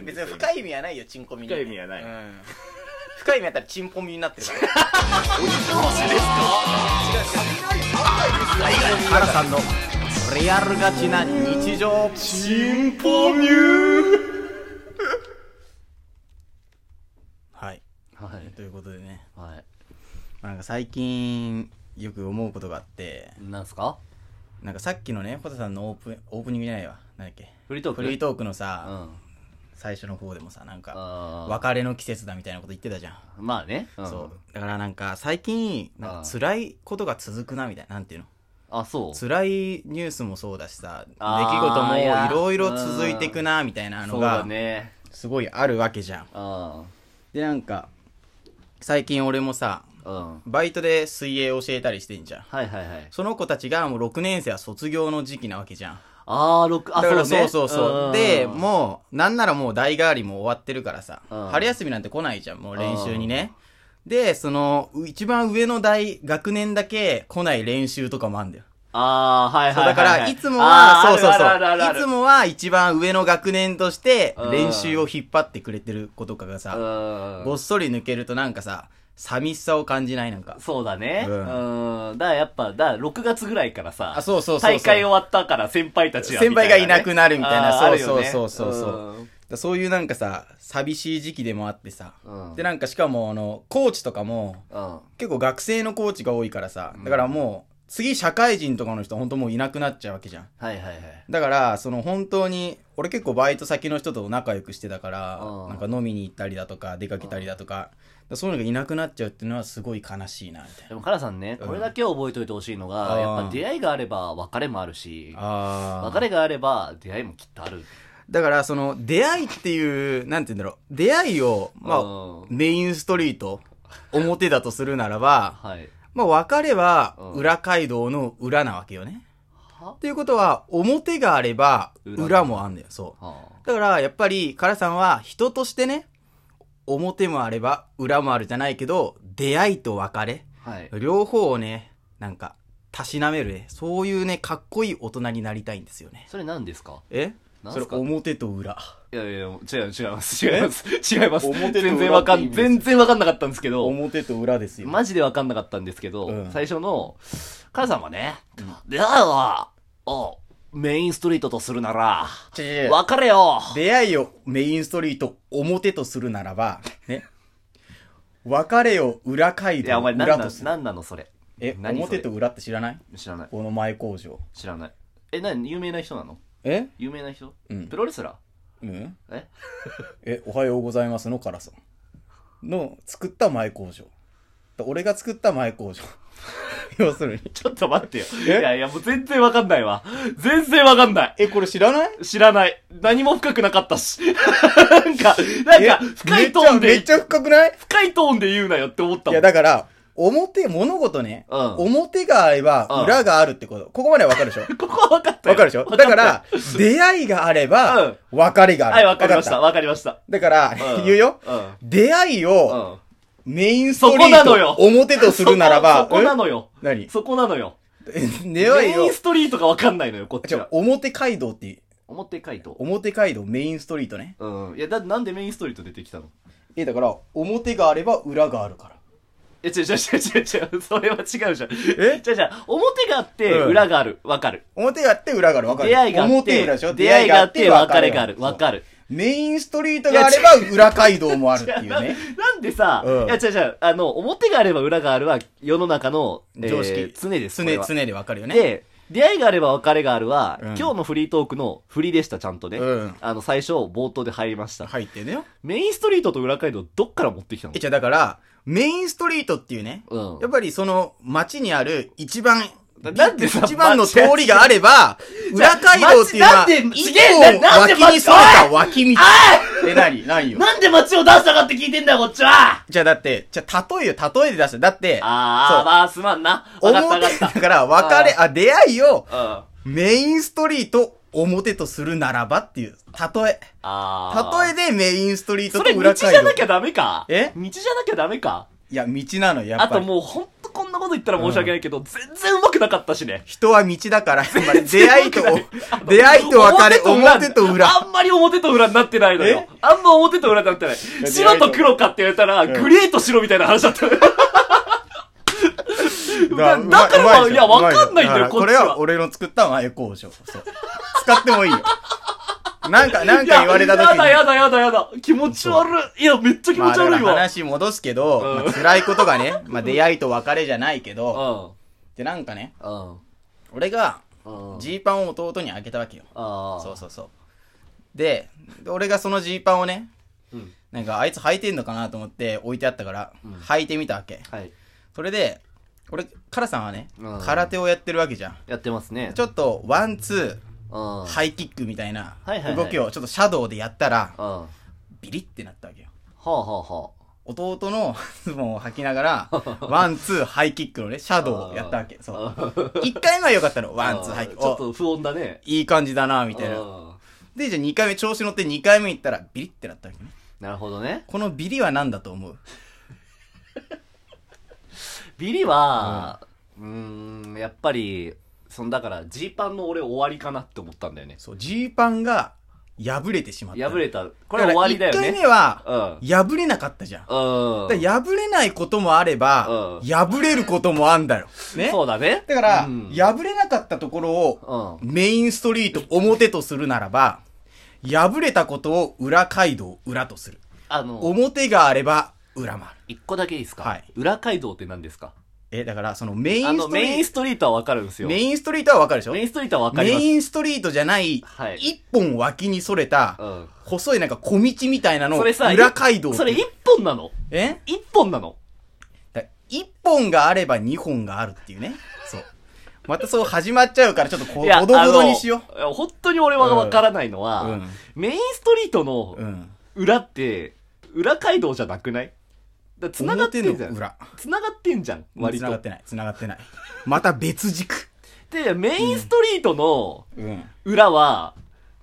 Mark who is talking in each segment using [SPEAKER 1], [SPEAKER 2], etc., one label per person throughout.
[SPEAKER 1] 別に深い意味はないよチンコミに
[SPEAKER 2] 深い意味はない
[SPEAKER 1] うん深い意味あったらチンポミになってるから原さんのリアルガチな日常
[SPEAKER 2] チンポミュー
[SPEAKER 1] はい
[SPEAKER 3] はい
[SPEAKER 1] ということでね
[SPEAKER 3] はい
[SPEAKER 1] なんか最近よく思うことがあって
[SPEAKER 3] なんすか
[SPEAKER 1] なんかさっきのねホタさんのオープンオープニングじゃないわなんだっけ
[SPEAKER 3] フリートーク
[SPEAKER 1] フリー
[SPEAKER 3] ト
[SPEAKER 1] トークの
[SPEAKER 3] う
[SPEAKER 1] さ、
[SPEAKER 3] ん
[SPEAKER 1] 最初の方でもさなんか
[SPEAKER 3] あ
[SPEAKER 1] 別れの季節だみたいなこと言ってたじゃん、
[SPEAKER 3] あまあね、うん、
[SPEAKER 1] そうだからなんか最近なん
[SPEAKER 3] あ
[SPEAKER 1] か
[SPEAKER 3] ー
[SPEAKER 1] 辛いことが続くなみたいななんていうの
[SPEAKER 3] あそう
[SPEAKER 1] 辛いニュースもそうだしさ出
[SPEAKER 3] あー
[SPEAKER 1] 来事も
[SPEAKER 3] いや
[SPEAKER 1] いろいろ続いてくなみたいな
[SPEAKER 3] そ
[SPEAKER 1] の
[SPEAKER 3] うだ
[SPEAKER 1] が
[SPEAKER 3] ね
[SPEAKER 1] すごいあるわけじゃん
[SPEAKER 3] うん
[SPEAKER 1] でなんか最近俺もさ
[SPEAKER 3] うん
[SPEAKER 1] バイトで水泳教えたりしてんじゃん
[SPEAKER 3] はいはいはい
[SPEAKER 1] その子たちがもう6年生は卒業の時期なわけじゃん
[SPEAKER 3] ああ6あ
[SPEAKER 1] だから
[SPEAKER 3] そうね
[SPEAKER 1] そうそうそう。
[SPEAKER 3] ん
[SPEAKER 1] で、もう、なんならもう代替わりも終わってるからさ、
[SPEAKER 3] うん
[SPEAKER 1] 春休みなんて来ないじゃん、もう練習にね。で、その、う一番上の代、学年だけ来ない練習とかもあんだよ。
[SPEAKER 3] ああはい
[SPEAKER 1] そ
[SPEAKER 3] は
[SPEAKER 1] う
[SPEAKER 3] いは
[SPEAKER 1] だ
[SPEAKER 3] い
[SPEAKER 1] か
[SPEAKER 3] は
[SPEAKER 1] ら、いつも
[SPEAKER 3] あ
[SPEAKER 1] は、
[SPEAKER 3] ー
[SPEAKER 1] そうそう
[SPEAKER 3] あるあるあ
[SPEAKER 1] そ
[SPEAKER 3] る
[SPEAKER 1] う。いつもは一番上の学年として
[SPEAKER 3] うん、
[SPEAKER 1] 練習を引っ張ってくれてる子とかが
[SPEAKER 3] あ
[SPEAKER 1] さ、
[SPEAKER 3] るう
[SPEAKER 1] ご
[SPEAKER 3] ん
[SPEAKER 1] っそり抜けるとなんかさ、寂しさを感じないなんか。
[SPEAKER 3] そうだね
[SPEAKER 1] う
[SPEAKER 3] うんだからやっぱだから6月ぐらいからさ
[SPEAKER 1] あそうそうそうそう
[SPEAKER 3] 大会終わったから先輩たちは
[SPEAKER 1] 先輩がいなくなるみたいな
[SPEAKER 3] あーある
[SPEAKER 1] そ
[SPEAKER 3] よ
[SPEAKER 1] う
[SPEAKER 3] ね
[SPEAKER 1] そうそうそうそうだからそういうなんかさ、寂しい時期でもあってさ、
[SPEAKER 3] うん
[SPEAKER 1] でなんかしかもあのコーチとかも
[SPEAKER 3] うん
[SPEAKER 1] 結構学生のコーチが多いからさだからもう次社会人とかの人本当もういなくなっちゃうわけじゃん
[SPEAKER 3] はいはいはい
[SPEAKER 1] だからその本当に俺結構バイト先の人と仲良くしてたから
[SPEAKER 3] うん
[SPEAKER 1] なんか飲みに行ったりだとか出かけたりだとかだからそういうのがいなくなっちゃうっていうのはすごい悲しいなみたい
[SPEAKER 3] で
[SPEAKER 1] な
[SPEAKER 3] も、カラさんね、これだけは覚えておいてほしいのが、
[SPEAKER 1] うん
[SPEAKER 3] やっぱ出会いがあれば別れもあるし、
[SPEAKER 1] あ
[SPEAKER 3] 別れがあれば出会いもきっとある。
[SPEAKER 1] だからその出会いっていうなんて言うんだろう出会いをまあ
[SPEAKER 3] うん
[SPEAKER 1] メインストリート表だとするならば
[SPEAKER 3] はい。
[SPEAKER 1] まあ別れは
[SPEAKER 3] うん
[SPEAKER 1] 裏街道の裏なわけよね
[SPEAKER 3] は
[SPEAKER 1] っていうことは、表があれば、
[SPEAKER 3] 裏
[SPEAKER 1] 裏もあんだよ、そう。
[SPEAKER 3] は
[SPEAKER 1] だから、やっぱり、カラさんは、人としてね、表もあれば、裏もあるじゃないけど、出会いと別れ、
[SPEAKER 3] あはい。
[SPEAKER 1] 両方をね、なんか、たしなめるね、そういうね、かっこいい大人になりたいんですよね。
[SPEAKER 3] それ何ですか
[SPEAKER 1] え
[SPEAKER 3] なん
[SPEAKER 1] そ
[SPEAKER 3] す
[SPEAKER 1] れ、
[SPEAKER 3] か
[SPEAKER 1] 表と裏。
[SPEAKER 3] いやいや、違う、違います。違います。違います。
[SPEAKER 1] 表と裏
[SPEAKER 3] 全然わか
[SPEAKER 1] って意
[SPEAKER 3] ん、
[SPEAKER 1] 味です
[SPEAKER 3] 全然わかんなかったんですけど、
[SPEAKER 1] 表と裏ですよ。
[SPEAKER 3] マジでわかんなかったんですけど、
[SPEAKER 1] うん
[SPEAKER 3] 最初の、カラさんはね、出会いは、をメインストリートとするなら、
[SPEAKER 1] 違う違う違う
[SPEAKER 3] 別れよ
[SPEAKER 1] 出会いをメインストリート、表とするならば、ね、別れを裏街
[SPEAKER 3] いや、
[SPEAKER 1] 道、
[SPEAKER 3] お前何
[SPEAKER 1] 裏
[SPEAKER 3] な
[SPEAKER 1] と
[SPEAKER 3] の
[SPEAKER 1] す、る。
[SPEAKER 3] 何なのそれ。
[SPEAKER 1] え、
[SPEAKER 3] 何そ
[SPEAKER 1] 表
[SPEAKER 3] れ
[SPEAKER 1] と裏って知らない
[SPEAKER 3] 知らない。
[SPEAKER 1] この前工場。
[SPEAKER 3] 知らない。え、何有名な人なの
[SPEAKER 1] え
[SPEAKER 3] 有名な人
[SPEAKER 1] うん
[SPEAKER 3] プ。ロレスラー
[SPEAKER 1] うん
[SPEAKER 3] え
[SPEAKER 1] え、おはようございますのカラさん。の、作った前工場。だ俺が作った前 工場。要するに。
[SPEAKER 3] ちょっと待ってよ。い
[SPEAKER 1] え
[SPEAKER 3] やいや、もう全然わかんないわ。全然わかんない。
[SPEAKER 1] え、これ知らない
[SPEAKER 3] 知らない。何も深くなかっ たし。なんか、なんか、
[SPEAKER 1] え
[SPEAKER 3] 深いトーン
[SPEAKER 1] めっ
[SPEAKER 3] で、
[SPEAKER 1] ちゃめっちゃ深くない
[SPEAKER 3] 深いトーンで言うなよって思った
[SPEAKER 1] い
[SPEAKER 3] もん。
[SPEAKER 1] や、だから、表、物事ね、
[SPEAKER 3] うん
[SPEAKER 1] 表があれ
[SPEAKER 3] うん
[SPEAKER 1] ば、裏があるってこと。ここまではわかるでしょ
[SPEAKER 3] ここはわかったよ。
[SPEAKER 1] わかるでしょ
[SPEAKER 3] わ
[SPEAKER 1] だ
[SPEAKER 3] っ
[SPEAKER 1] か
[SPEAKER 3] た
[SPEAKER 1] ら、出会いがあれ
[SPEAKER 3] う
[SPEAKER 1] ば
[SPEAKER 3] ん、
[SPEAKER 1] 別れがある。
[SPEAKER 3] はい、わかりました。
[SPEAKER 1] わっ
[SPEAKER 3] わかりました。
[SPEAKER 1] た。だから、
[SPEAKER 3] ん
[SPEAKER 1] 言うよ。
[SPEAKER 3] うん。うん。
[SPEAKER 1] 出会いを、メインストリ
[SPEAKER 3] そこな
[SPEAKER 1] ー
[SPEAKER 3] のよ
[SPEAKER 1] ト、表とするならば、
[SPEAKER 3] そこそこなのよ。
[SPEAKER 1] うん何
[SPEAKER 3] そこなのよ。
[SPEAKER 1] 出
[SPEAKER 3] メ
[SPEAKER 1] 会い
[SPEAKER 3] イ
[SPEAKER 1] を
[SPEAKER 3] ン、ストリートがわかんないのよ、こっ
[SPEAKER 1] じ
[SPEAKER 3] ち
[SPEAKER 1] ゃ
[SPEAKER 3] は。
[SPEAKER 1] 表街道って、
[SPEAKER 3] 表回答。
[SPEAKER 1] 表街道メインストリートね。
[SPEAKER 3] うん。いや、だ、なんでメインストリート出てきたの
[SPEAKER 1] え、だから、表があれば裏があるから。
[SPEAKER 3] え、違う違う違う違う。それは違うじゃん。
[SPEAKER 1] え
[SPEAKER 3] 違う違う。表があって、
[SPEAKER 1] うん
[SPEAKER 3] 裏がある。わかる。
[SPEAKER 1] 表があって裏がある。わかる。
[SPEAKER 3] 出会いがあっ
[SPEAKER 1] 表裏でしてょ、
[SPEAKER 3] 出会いがあって、別れがある。わ
[SPEAKER 1] わ
[SPEAKER 3] か
[SPEAKER 1] る。
[SPEAKER 3] る。
[SPEAKER 1] メインストリートがあれば裏街道もあるっていう
[SPEAKER 3] な
[SPEAKER 1] ね。
[SPEAKER 3] なんでさ、
[SPEAKER 1] うん
[SPEAKER 3] いや違う違う、あの、表があれば裏があるは世の中の、えー
[SPEAKER 1] 常識。
[SPEAKER 3] 常です。これ
[SPEAKER 1] 常、
[SPEAKER 3] は
[SPEAKER 1] 常でわかるよね。
[SPEAKER 3] で、出会いがあれば別れがあるは、
[SPEAKER 1] うん
[SPEAKER 3] 今日のフリートークの振りでした、ちゃんとね。
[SPEAKER 1] うん
[SPEAKER 3] あの、最初、冒頭で入りました。
[SPEAKER 1] 入ってんのよ。
[SPEAKER 3] メインストリートと裏街道、どっから持ってきたの
[SPEAKER 1] え、じゃあだから、メインストリートっていうね、
[SPEAKER 3] うん
[SPEAKER 1] やっぱりその街にある一番、
[SPEAKER 3] だなんでさ
[SPEAKER 1] 一番の通りがあれば、
[SPEAKER 3] じゃあ
[SPEAKER 1] 裏街道っていうのは、
[SPEAKER 3] 街なんで
[SPEAKER 1] 一
[SPEAKER 3] すげえな
[SPEAKER 1] 個
[SPEAKER 3] な
[SPEAKER 1] を
[SPEAKER 3] んで
[SPEAKER 1] 脇に沿った脇道。え、なになによ。
[SPEAKER 3] なんで街を出したかって聞いてんだよ、こっちは
[SPEAKER 1] じゃあだって、じゃあ例えよ、例えで出して。だって、
[SPEAKER 3] あー、まあ、すまんな。わかったわか
[SPEAKER 1] 表
[SPEAKER 3] った。
[SPEAKER 1] だから別れ、あ、出会いを
[SPEAKER 3] うん。
[SPEAKER 1] メインストリート表とするならばっていう、例え。
[SPEAKER 3] あー。
[SPEAKER 1] 例えでメインストリート
[SPEAKER 3] そ
[SPEAKER 1] と
[SPEAKER 3] れ道
[SPEAKER 1] 裏
[SPEAKER 3] じ
[SPEAKER 1] 街
[SPEAKER 3] ゃ
[SPEAKER 1] 道。
[SPEAKER 3] なきゃダメか
[SPEAKER 1] え
[SPEAKER 3] 道じゃなきゃダメか
[SPEAKER 1] いや、道なのよ、や
[SPEAKER 3] あ
[SPEAKER 1] っぱ
[SPEAKER 3] と
[SPEAKER 1] り。
[SPEAKER 3] もうほんとこんなこと言ったら申し訳ないけど、全然うまくくなかったしね。
[SPEAKER 1] 人は道だから、つまり出会いと、 出会いと別れ、表と裏。
[SPEAKER 3] あんまり表と裏になってないのよ
[SPEAKER 1] え。
[SPEAKER 3] あんま表と裏になってない。
[SPEAKER 1] と
[SPEAKER 3] 白と黒かって言われたら、
[SPEAKER 1] ん
[SPEAKER 3] グレーと白みたいな話だったのよ。だ
[SPEAKER 1] うま
[SPEAKER 3] だからまあ
[SPEAKER 1] うまでしょ
[SPEAKER 3] いやわかんないんだ
[SPEAKER 1] うまでしょ
[SPEAKER 3] よこっ
[SPEAKER 1] だからこ
[SPEAKER 3] ちは
[SPEAKER 1] れは俺の作った前工場。そう。使ってもいいよ。なんか、 なん
[SPEAKER 3] い
[SPEAKER 1] か言われた時
[SPEAKER 3] や
[SPEAKER 1] に。
[SPEAKER 3] だやだやだやだ。気持ち悪い。いや、めっちゃ気
[SPEAKER 1] ま
[SPEAKER 3] 持
[SPEAKER 1] あ、
[SPEAKER 3] ち
[SPEAKER 1] だか
[SPEAKER 3] 悪
[SPEAKER 1] ら
[SPEAKER 3] いわ。
[SPEAKER 1] 話戻すけど、
[SPEAKER 3] うん
[SPEAKER 1] まあ辛いことが ね、まあ出会いと別れじゃないけ
[SPEAKER 3] う
[SPEAKER 1] ど、
[SPEAKER 3] ん。
[SPEAKER 1] で、なんかね、
[SPEAKER 3] うん。
[SPEAKER 1] 俺が、
[SPEAKER 3] うん。
[SPEAKER 1] ジーパンを弟にあげたわけよ。
[SPEAKER 3] ああ。
[SPEAKER 1] そうそうそう。で、で俺がそのジーパンをね、
[SPEAKER 3] うん
[SPEAKER 1] なんかあいつ履いてんのかなと思って置いてあったから、履いてみたわけ。
[SPEAKER 3] はい。
[SPEAKER 1] それで、俺、カラさんはね
[SPEAKER 3] うん、
[SPEAKER 1] 空手をやってるわけじゃん。
[SPEAKER 3] やってますね。
[SPEAKER 1] ちょっと、ワン、ツ
[SPEAKER 3] うん。
[SPEAKER 1] ー、ハイキックみたいな
[SPEAKER 3] はいはいはい
[SPEAKER 1] 動きをちょっとシャドウでやったら
[SPEAKER 3] う、ん。は
[SPEAKER 1] ビリってなったわけよ。
[SPEAKER 3] あはあは
[SPEAKER 1] 弟のズボンを履きな がら、ワン、ツー、ハイキックのね、シャドウをやったわけ。そう。1回目は良かったの。
[SPEAKER 3] あ。
[SPEAKER 1] ワン、ツー、ハイキック。
[SPEAKER 3] ちょっ
[SPEAKER 1] お
[SPEAKER 3] と不穏だね。
[SPEAKER 1] いい感じだな、みたいな。
[SPEAKER 3] な。
[SPEAKER 1] で、じゃあ2回目、調子乗って2回目行ったら、ビリってなったわけね。
[SPEAKER 3] なるほどね。
[SPEAKER 1] このビリは何だと思う
[SPEAKER 3] ビリは、うーん、やっぱり、そのだから、ジーパンの俺終わりかなって思ったんだよね。
[SPEAKER 1] そう、ジーパンが破れてしまった。
[SPEAKER 3] 破れた。こ
[SPEAKER 1] こ
[SPEAKER 3] れは終わりだよ
[SPEAKER 1] 1回
[SPEAKER 3] ね。
[SPEAKER 1] 目は、
[SPEAKER 3] うん。
[SPEAKER 1] 破れなかったじゃん。
[SPEAKER 3] う
[SPEAKER 1] だ
[SPEAKER 3] ん。
[SPEAKER 1] から破れないこともあれば、
[SPEAKER 3] うん
[SPEAKER 1] 破れることもあんだよ。ね。
[SPEAKER 3] そうだね。
[SPEAKER 1] だから、
[SPEAKER 3] うん
[SPEAKER 1] 破れなかったところを、
[SPEAKER 3] うん。
[SPEAKER 1] メインストリート表とするならば、破れたことを裏街道裏とする。
[SPEAKER 3] あの、
[SPEAKER 1] 表があれば裏もある。
[SPEAKER 3] 一個だけいいですか
[SPEAKER 1] はい
[SPEAKER 3] 裏街道って何ですか
[SPEAKER 1] え、だからそのメイ
[SPEAKER 3] あ
[SPEAKER 1] ン
[SPEAKER 3] の、
[SPEAKER 1] ストリ
[SPEAKER 3] メイン
[SPEAKER 1] ー
[SPEAKER 3] ストリートはわかるんです
[SPEAKER 1] ト、
[SPEAKER 3] よ。
[SPEAKER 1] メ
[SPEAKER 3] メイ
[SPEAKER 1] インストリートはわかるでしょメイ
[SPEAKER 3] ンストリートはわかります。
[SPEAKER 1] ンストリートじゃない、
[SPEAKER 3] はい
[SPEAKER 1] 一本脇にそれ
[SPEAKER 3] う
[SPEAKER 1] た、
[SPEAKER 3] ん。
[SPEAKER 1] 細いなんか小道みたいなのを
[SPEAKER 3] それさ、
[SPEAKER 1] 裏街道って
[SPEAKER 3] それ一本なの
[SPEAKER 1] え
[SPEAKER 3] 一本なの
[SPEAKER 1] だから一本があれば二本があるっていうね。そう。またそう始まっちゃうからちょっとこ
[SPEAKER 3] いや
[SPEAKER 1] ほどほどにしよ
[SPEAKER 3] あのいや本当に俺はわからないのは、
[SPEAKER 1] うんうん
[SPEAKER 3] メインストリート
[SPEAKER 1] う
[SPEAKER 3] の。
[SPEAKER 1] うん。
[SPEAKER 3] 裏って、裏街道じゃなくないだ繋がってんじ
[SPEAKER 1] 表
[SPEAKER 3] ゃ
[SPEAKER 1] の
[SPEAKER 3] ん。
[SPEAKER 1] 裏。
[SPEAKER 3] 繋がってんじゃん、割
[SPEAKER 1] 繋がっ
[SPEAKER 3] と。
[SPEAKER 1] てない。繋がってない。また別軸。
[SPEAKER 3] で、メインストリートの
[SPEAKER 1] うん。
[SPEAKER 3] 裏は、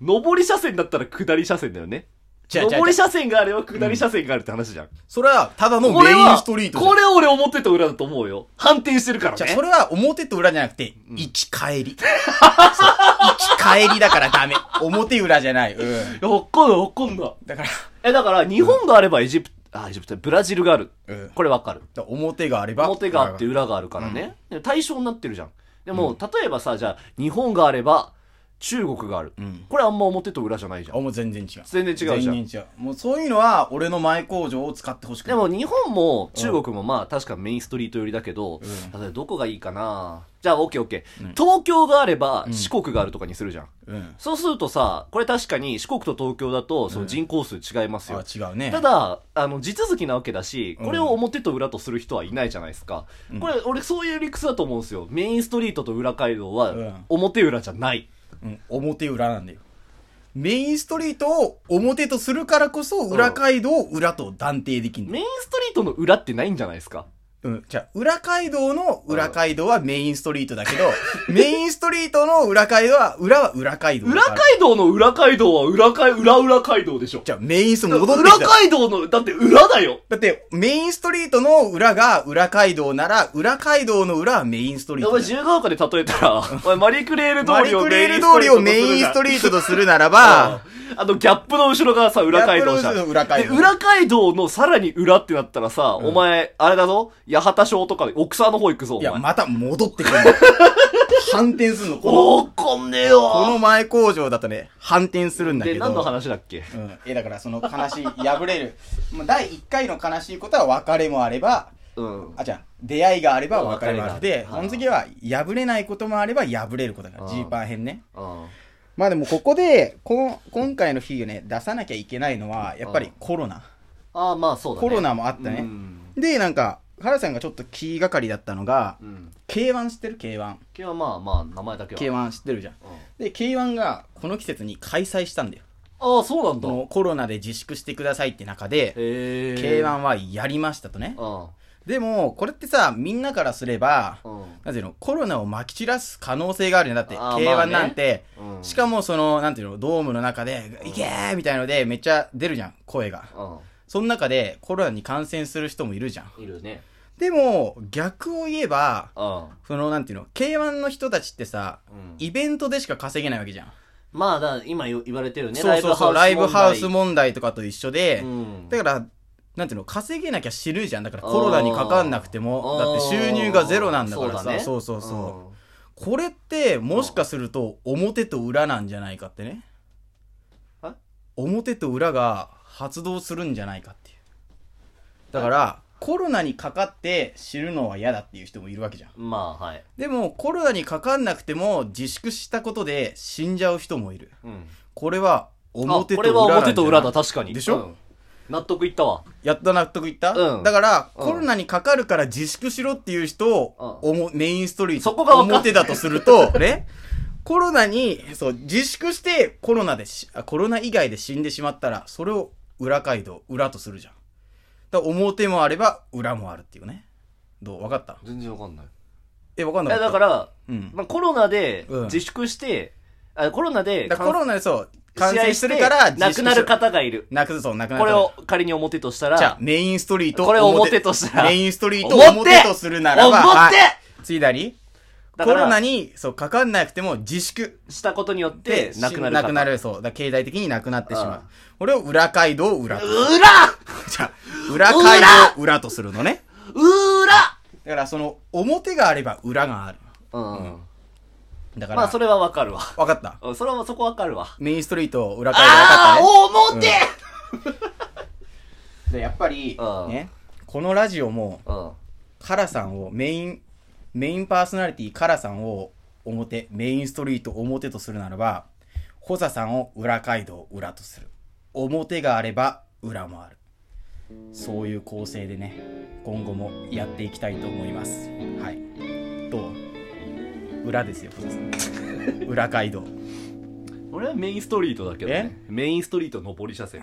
[SPEAKER 3] 上り車線だったら下り車線だよね。
[SPEAKER 1] 違う違う違う
[SPEAKER 3] 上り車線があれば下り車線があるって話じゃん。
[SPEAKER 1] それはただの
[SPEAKER 3] こ
[SPEAKER 1] メ
[SPEAKER 3] れ
[SPEAKER 1] イン
[SPEAKER 3] は、
[SPEAKER 1] ストリート
[SPEAKER 3] こ
[SPEAKER 1] じ
[SPEAKER 3] れは俺表と裏だと思うよ。反転してるから
[SPEAKER 1] ゃん。じゃあ
[SPEAKER 3] ね
[SPEAKER 1] そ。れは表と裏じゃなくて、行き帰り。そう行き帰りだからダメ。表裏じゃない。うん。
[SPEAKER 3] いやわかんない、わかんない。
[SPEAKER 1] だから、
[SPEAKER 3] え、だから、日本があればエジプト、あ、エジプト、ブラジルがある。
[SPEAKER 1] うん
[SPEAKER 3] これわかる。
[SPEAKER 1] だから表があれば。
[SPEAKER 3] 表があって
[SPEAKER 1] 裏
[SPEAKER 3] 裏があるからね。で対象になってるじゃん。でも、例えばさ、じゃあ、日本があれば、中国がある。
[SPEAKER 1] ん
[SPEAKER 3] これあんま表と裏じゃないじゃ
[SPEAKER 1] あ、
[SPEAKER 3] ん。
[SPEAKER 1] もう全然違う。
[SPEAKER 3] 全然違うじゃん
[SPEAKER 1] 全然違う。もうそういうのは俺の前工場を使ってほしくな
[SPEAKER 3] で
[SPEAKER 1] い
[SPEAKER 3] も、日本も中国もまあ、確かメインストリート寄りだけど、例えばどこがいいかなじゃあ、オッケーオッケー。東京があれば、四国があるとかにするじゃん。
[SPEAKER 1] うん。
[SPEAKER 3] そうするとさ、これ確かに四国と東京だと、その人口数違いますよ。
[SPEAKER 1] あ、違うね。
[SPEAKER 3] ただ、あの、地続きなわけだし、これを表と裏とする人はいないじゃないですか。これ、俺そういう理屈だと思うんですよ。メインストリートと裏街道
[SPEAKER 1] う
[SPEAKER 3] は
[SPEAKER 1] ん、
[SPEAKER 3] 表裏じゃない。
[SPEAKER 1] うん、表裏なんだよ。メインストリートを表とするからこそ、裏街道を裏と断定できる、
[SPEAKER 3] メインストリートの裏ってないんじゃないですか
[SPEAKER 1] うん。じゃあ、裏街道の裏街道はメインストリートだけ ど、メインストリートの裏街道は、裏は裏街道だ
[SPEAKER 3] 裏
[SPEAKER 1] から。
[SPEAKER 3] 街道の裏街道は裏街、裏裏街道でしょ。
[SPEAKER 1] じゃあ、メインストリート戻って
[SPEAKER 3] 裏
[SPEAKER 1] きた。
[SPEAKER 3] 街道の、だって裏だよ。
[SPEAKER 1] だって、メインストリートの裏が裏街道なら、裏街道の裏はメインストリー
[SPEAKER 3] お
[SPEAKER 1] ト
[SPEAKER 3] 前、
[SPEAKER 1] だ。
[SPEAKER 3] 自由が丘で例え たら、お前、マリークレール
[SPEAKER 1] マ
[SPEAKER 3] 通
[SPEAKER 1] リ
[SPEAKER 3] り
[SPEAKER 1] ー
[SPEAKER 3] を
[SPEAKER 1] ク
[SPEAKER 3] メ
[SPEAKER 1] レ
[SPEAKER 3] イ
[SPEAKER 1] ー
[SPEAKER 3] ン
[SPEAKER 1] ル
[SPEAKER 3] ス
[SPEAKER 1] 通
[SPEAKER 3] トリートとす
[SPEAKER 1] りを
[SPEAKER 3] るじゃん
[SPEAKER 1] メインストリートとするなら
[SPEAKER 3] あ
[SPEAKER 1] ば、
[SPEAKER 3] あの、ギャップの後ろがさ、裏街道じゃ
[SPEAKER 1] ギャップの後ろが裏
[SPEAKER 3] ん。
[SPEAKER 1] 街道
[SPEAKER 3] で裏街道のさらに裏ってなったらさ、お前、あれだぞ八幡省とか奥沢の方行くぞ、お
[SPEAKER 1] い
[SPEAKER 3] 前。
[SPEAKER 1] や、また戻ってく るんだ反転するの。この
[SPEAKER 3] おーこんねえよ
[SPEAKER 1] この前工場だとね、反転するんだけ
[SPEAKER 3] で、
[SPEAKER 1] ど。
[SPEAKER 3] 何の話だっけ
[SPEAKER 1] うん。え、だからその悲しい、破れる。まあ、第1回の悲しいことは別れもあれば、
[SPEAKER 3] うん。
[SPEAKER 1] あ、じゃあ、出会いがあれば別れもある。
[SPEAKER 3] 別れが
[SPEAKER 1] で、その次は破れないこともあれば破れることだから、
[SPEAKER 3] うん
[SPEAKER 1] ジーパン編ね。
[SPEAKER 3] うん。
[SPEAKER 1] まあでもここで、こん今回の日をね、出さなきゃいけないのは、やっぱりコロナ。
[SPEAKER 3] ああ、まあそうだね。
[SPEAKER 1] コロナもあった
[SPEAKER 3] う
[SPEAKER 1] ね。
[SPEAKER 3] ん。
[SPEAKER 1] で、なんか、原さんがちょっと気がかりだったのが
[SPEAKER 3] う、ん。
[SPEAKER 1] K1 知ってる ?K1。
[SPEAKER 3] 今日はまあまあ、名前だけは。
[SPEAKER 1] K1 知ってるじゃん。
[SPEAKER 3] うん
[SPEAKER 1] で、K1 がこの季節に開催したんだよ。
[SPEAKER 3] ああ、そうなんだ
[SPEAKER 1] こ。のコロナで自粛してくださいって中で、
[SPEAKER 3] へえ。
[SPEAKER 1] K1 はやりましたとね。
[SPEAKER 3] は。
[SPEAKER 1] でも、これってさ、みんなからすれば、
[SPEAKER 3] うん。うん。
[SPEAKER 1] なんていうの、コロナをまき散らす可能性があるね。だって、
[SPEAKER 3] あーまあ
[SPEAKER 1] K1
[SPEAKER 3] ね
[SPEAKER 1] なんて、
[SPEAKER 3] うん
[SPEAKER 1] しかもその、なんていうの、ドームの中で、いけーみたいので、めっちゃ出るじゃん、声が。
[SPEAKER 3] う
[SPEAKER 1] その中で、コロナに感染する人もいるじゃん。
[SPEAKER 3] ん。いるね。
[SPEAKER 1] でも、逆を言えば、
[SPEAKER 2] うん
[SPEAKER 1] その、なんていうの、K1 の人たちってさ、イベントでしか稼げないわけじゃん。
[SPEAKER 2] まあ、だから今言われてるね、
[SPEAKER 1] そうそうそう、ラ
[SPEAKER 2] ラ
[SPEAKER 1] イ
[SPEAKER 2] イ
[SPEAKER 1] ブ
[SPEAKER 2] ブ
[SPEAKER 1] ハ
[SPEAKER 2] ハ
[SPEAKER 1] ウ
[SPEAKER 2] ウ
[SPEAKER 1] ス
[SPEAKER 2] ス問題
[SPEAKER 1] 問題とかと一緒で、
[SPEAKER 2] うん
[SPEAKER 1] だから、なんていうの、稼げなきゃ死ぬじゃん。だから
[SPEAKER 2] あー
[SPEAKER 1] コロナにかかんなくても、だって収入がゼロなんだからさ、そう,、
[SPEAKER 2] ね
[SPEAKER 1] そうそうこれって、もしかすると、表と裏なんじゃないかってね
[SPEAKER 2] あ。
[SPEAKER 1] 表と裏が発動するんじゃないかっていう。だから、コロナにかかって死ぬのは嫌だっていう人もいるわけじゃん。
[SPEAKER 2] うんまあ、はい。
[SPEAKER 1] でも、コロナにかかんなくても自粛したことで死んじゃう人もいる。
[SPEAKER 2] うん
[SPEAKER 1] これは表
[SPEAKER 2] あ
[SPEAKER 1] と裏
[SPEAKER 2] これ
[SPEAKER 1] なん
[SPEAKER 2] は
[SPEAKER 1] じゃない
[SPEAKER 2] 表と裏だ、確かに。
[SPEAKER 1] でしょ
[SPEAKER 2] うん納得いったわ。
[SPEAKER 1] やっと納得いった、
[SPEAKER 2] うん
[SPEAKER 1] だから、
[SPEAKER 2] うん
[SPEAKER 1] コロナにかかるから自粛しろっていう人を、
[SPEAKER 2] う
[SPEAKER 1] おもメインストリート、
[SPEAKER 2] そこが分かんない
[SPEAKER 1] 表だとする と、ね、コロナに、そう、自粛してコロナでし、あコロナ以外で死んでしまったら、それを裏街道、裏とするじゃん。だから表もあれば、裏もあるっていうね。どう分かった
[SPEAKER 2] 全然わかんない。
[SPEAKER 1] え、分かん
[SPEAKER 2] い
[SPEAKER 1] なか
[SPEAKER 2] や、
[SPEAKER 1] った。
[SPEAKER 2] だから、
[SPEAKER 1] うん。
[SPEAKER 2] まあ、コロナで
[SPEAKER 1] うん
[SPEAKER 2] 自粛して、あコロナで
[SPEAKER 1] だからコロナでそう、
[SPEAKER 2] 感
[SPEAKER 1] 感
[SPEAKER 2] 染
[SPEAKER 1] 染するから、
[SPEAKER 2] 亡くなる
[SPEAKER 1] か、
[SPEAKER 2] 方がいる。
[SPEAKER 1] なく、そう、なくなる
[SPEAKER 2] これを仮に表としたら、
[SPEAKER 1] じゃあ、メインストリート
[SPEAKER 2] これを表としたら
[SPEAKER 1] メインストリートを
[SPEAKER 2] 表
[SPEAKER 1] 表とするならば、
[SPEAKER 2] 表
[SPEAKER 1] はい次だに
[SPEAKER 2] だ
[SPEAKER 1] コ
[SPEAKER 2] か
[SPEAKER 1] ロナ
[SPEAKER 2] ら、
[SPEAKER 1] に、そう、かかんなくても自粛
[SPEAKER 2] したことによって
[SPEAKER 1] で、
[SPEAKER 2] 亡くなる
[SPEAKER 1] 亡
[SPEAKER 2] 方。
[SPEAKER 1] くなる、そう。だから経済的になくなってしまう
[SPEAKER 2] ああ。
[SPEAKER 1] これを裏街道を裏と。
[SPEAKER 2] 裏
[SPEAKER 1] じゃあ、裏街道を裏とするのね。
[SPEAKER 2] 裏
[SPEAKER 1] だから、その、表があれば裏がある。
[SPEAKER 2] うん。
[SPEAKER 1] だから、
[SPEAKER 2] まあ、それはわかるわ。
[SPEAKER 1] わかった。
[SPEAKER 2] うんそれはそこわかるわ。
[SPEAKER 1] メインストリートを裏街道わか
[SPEAKER 2] あ
[SPEAKER 1] った
[SPEAKER 2] あ
[SPEAKER 1] ね。
[SPEAKER 2] 表
[SPEAKER 1] でやっぱり
[SPEAKER 2] あ、あ
[SPEAKER 1] ね、このラジオも、
[SPEAKER 2] うん。
[SPEAKER 1] カラさんをメイン、メインパーソナリティカラさんを表、メインストリートを表とするならば、ホザさんを裏街道を裏とする。表があれば裏もある。そういう構成でね、今後もやっていきたいと思います。はい。どう裏ですよ、ホザさん。裏街道。
[SPEAKER 2] 俺はメインストリートだけどねメインストリート上り車線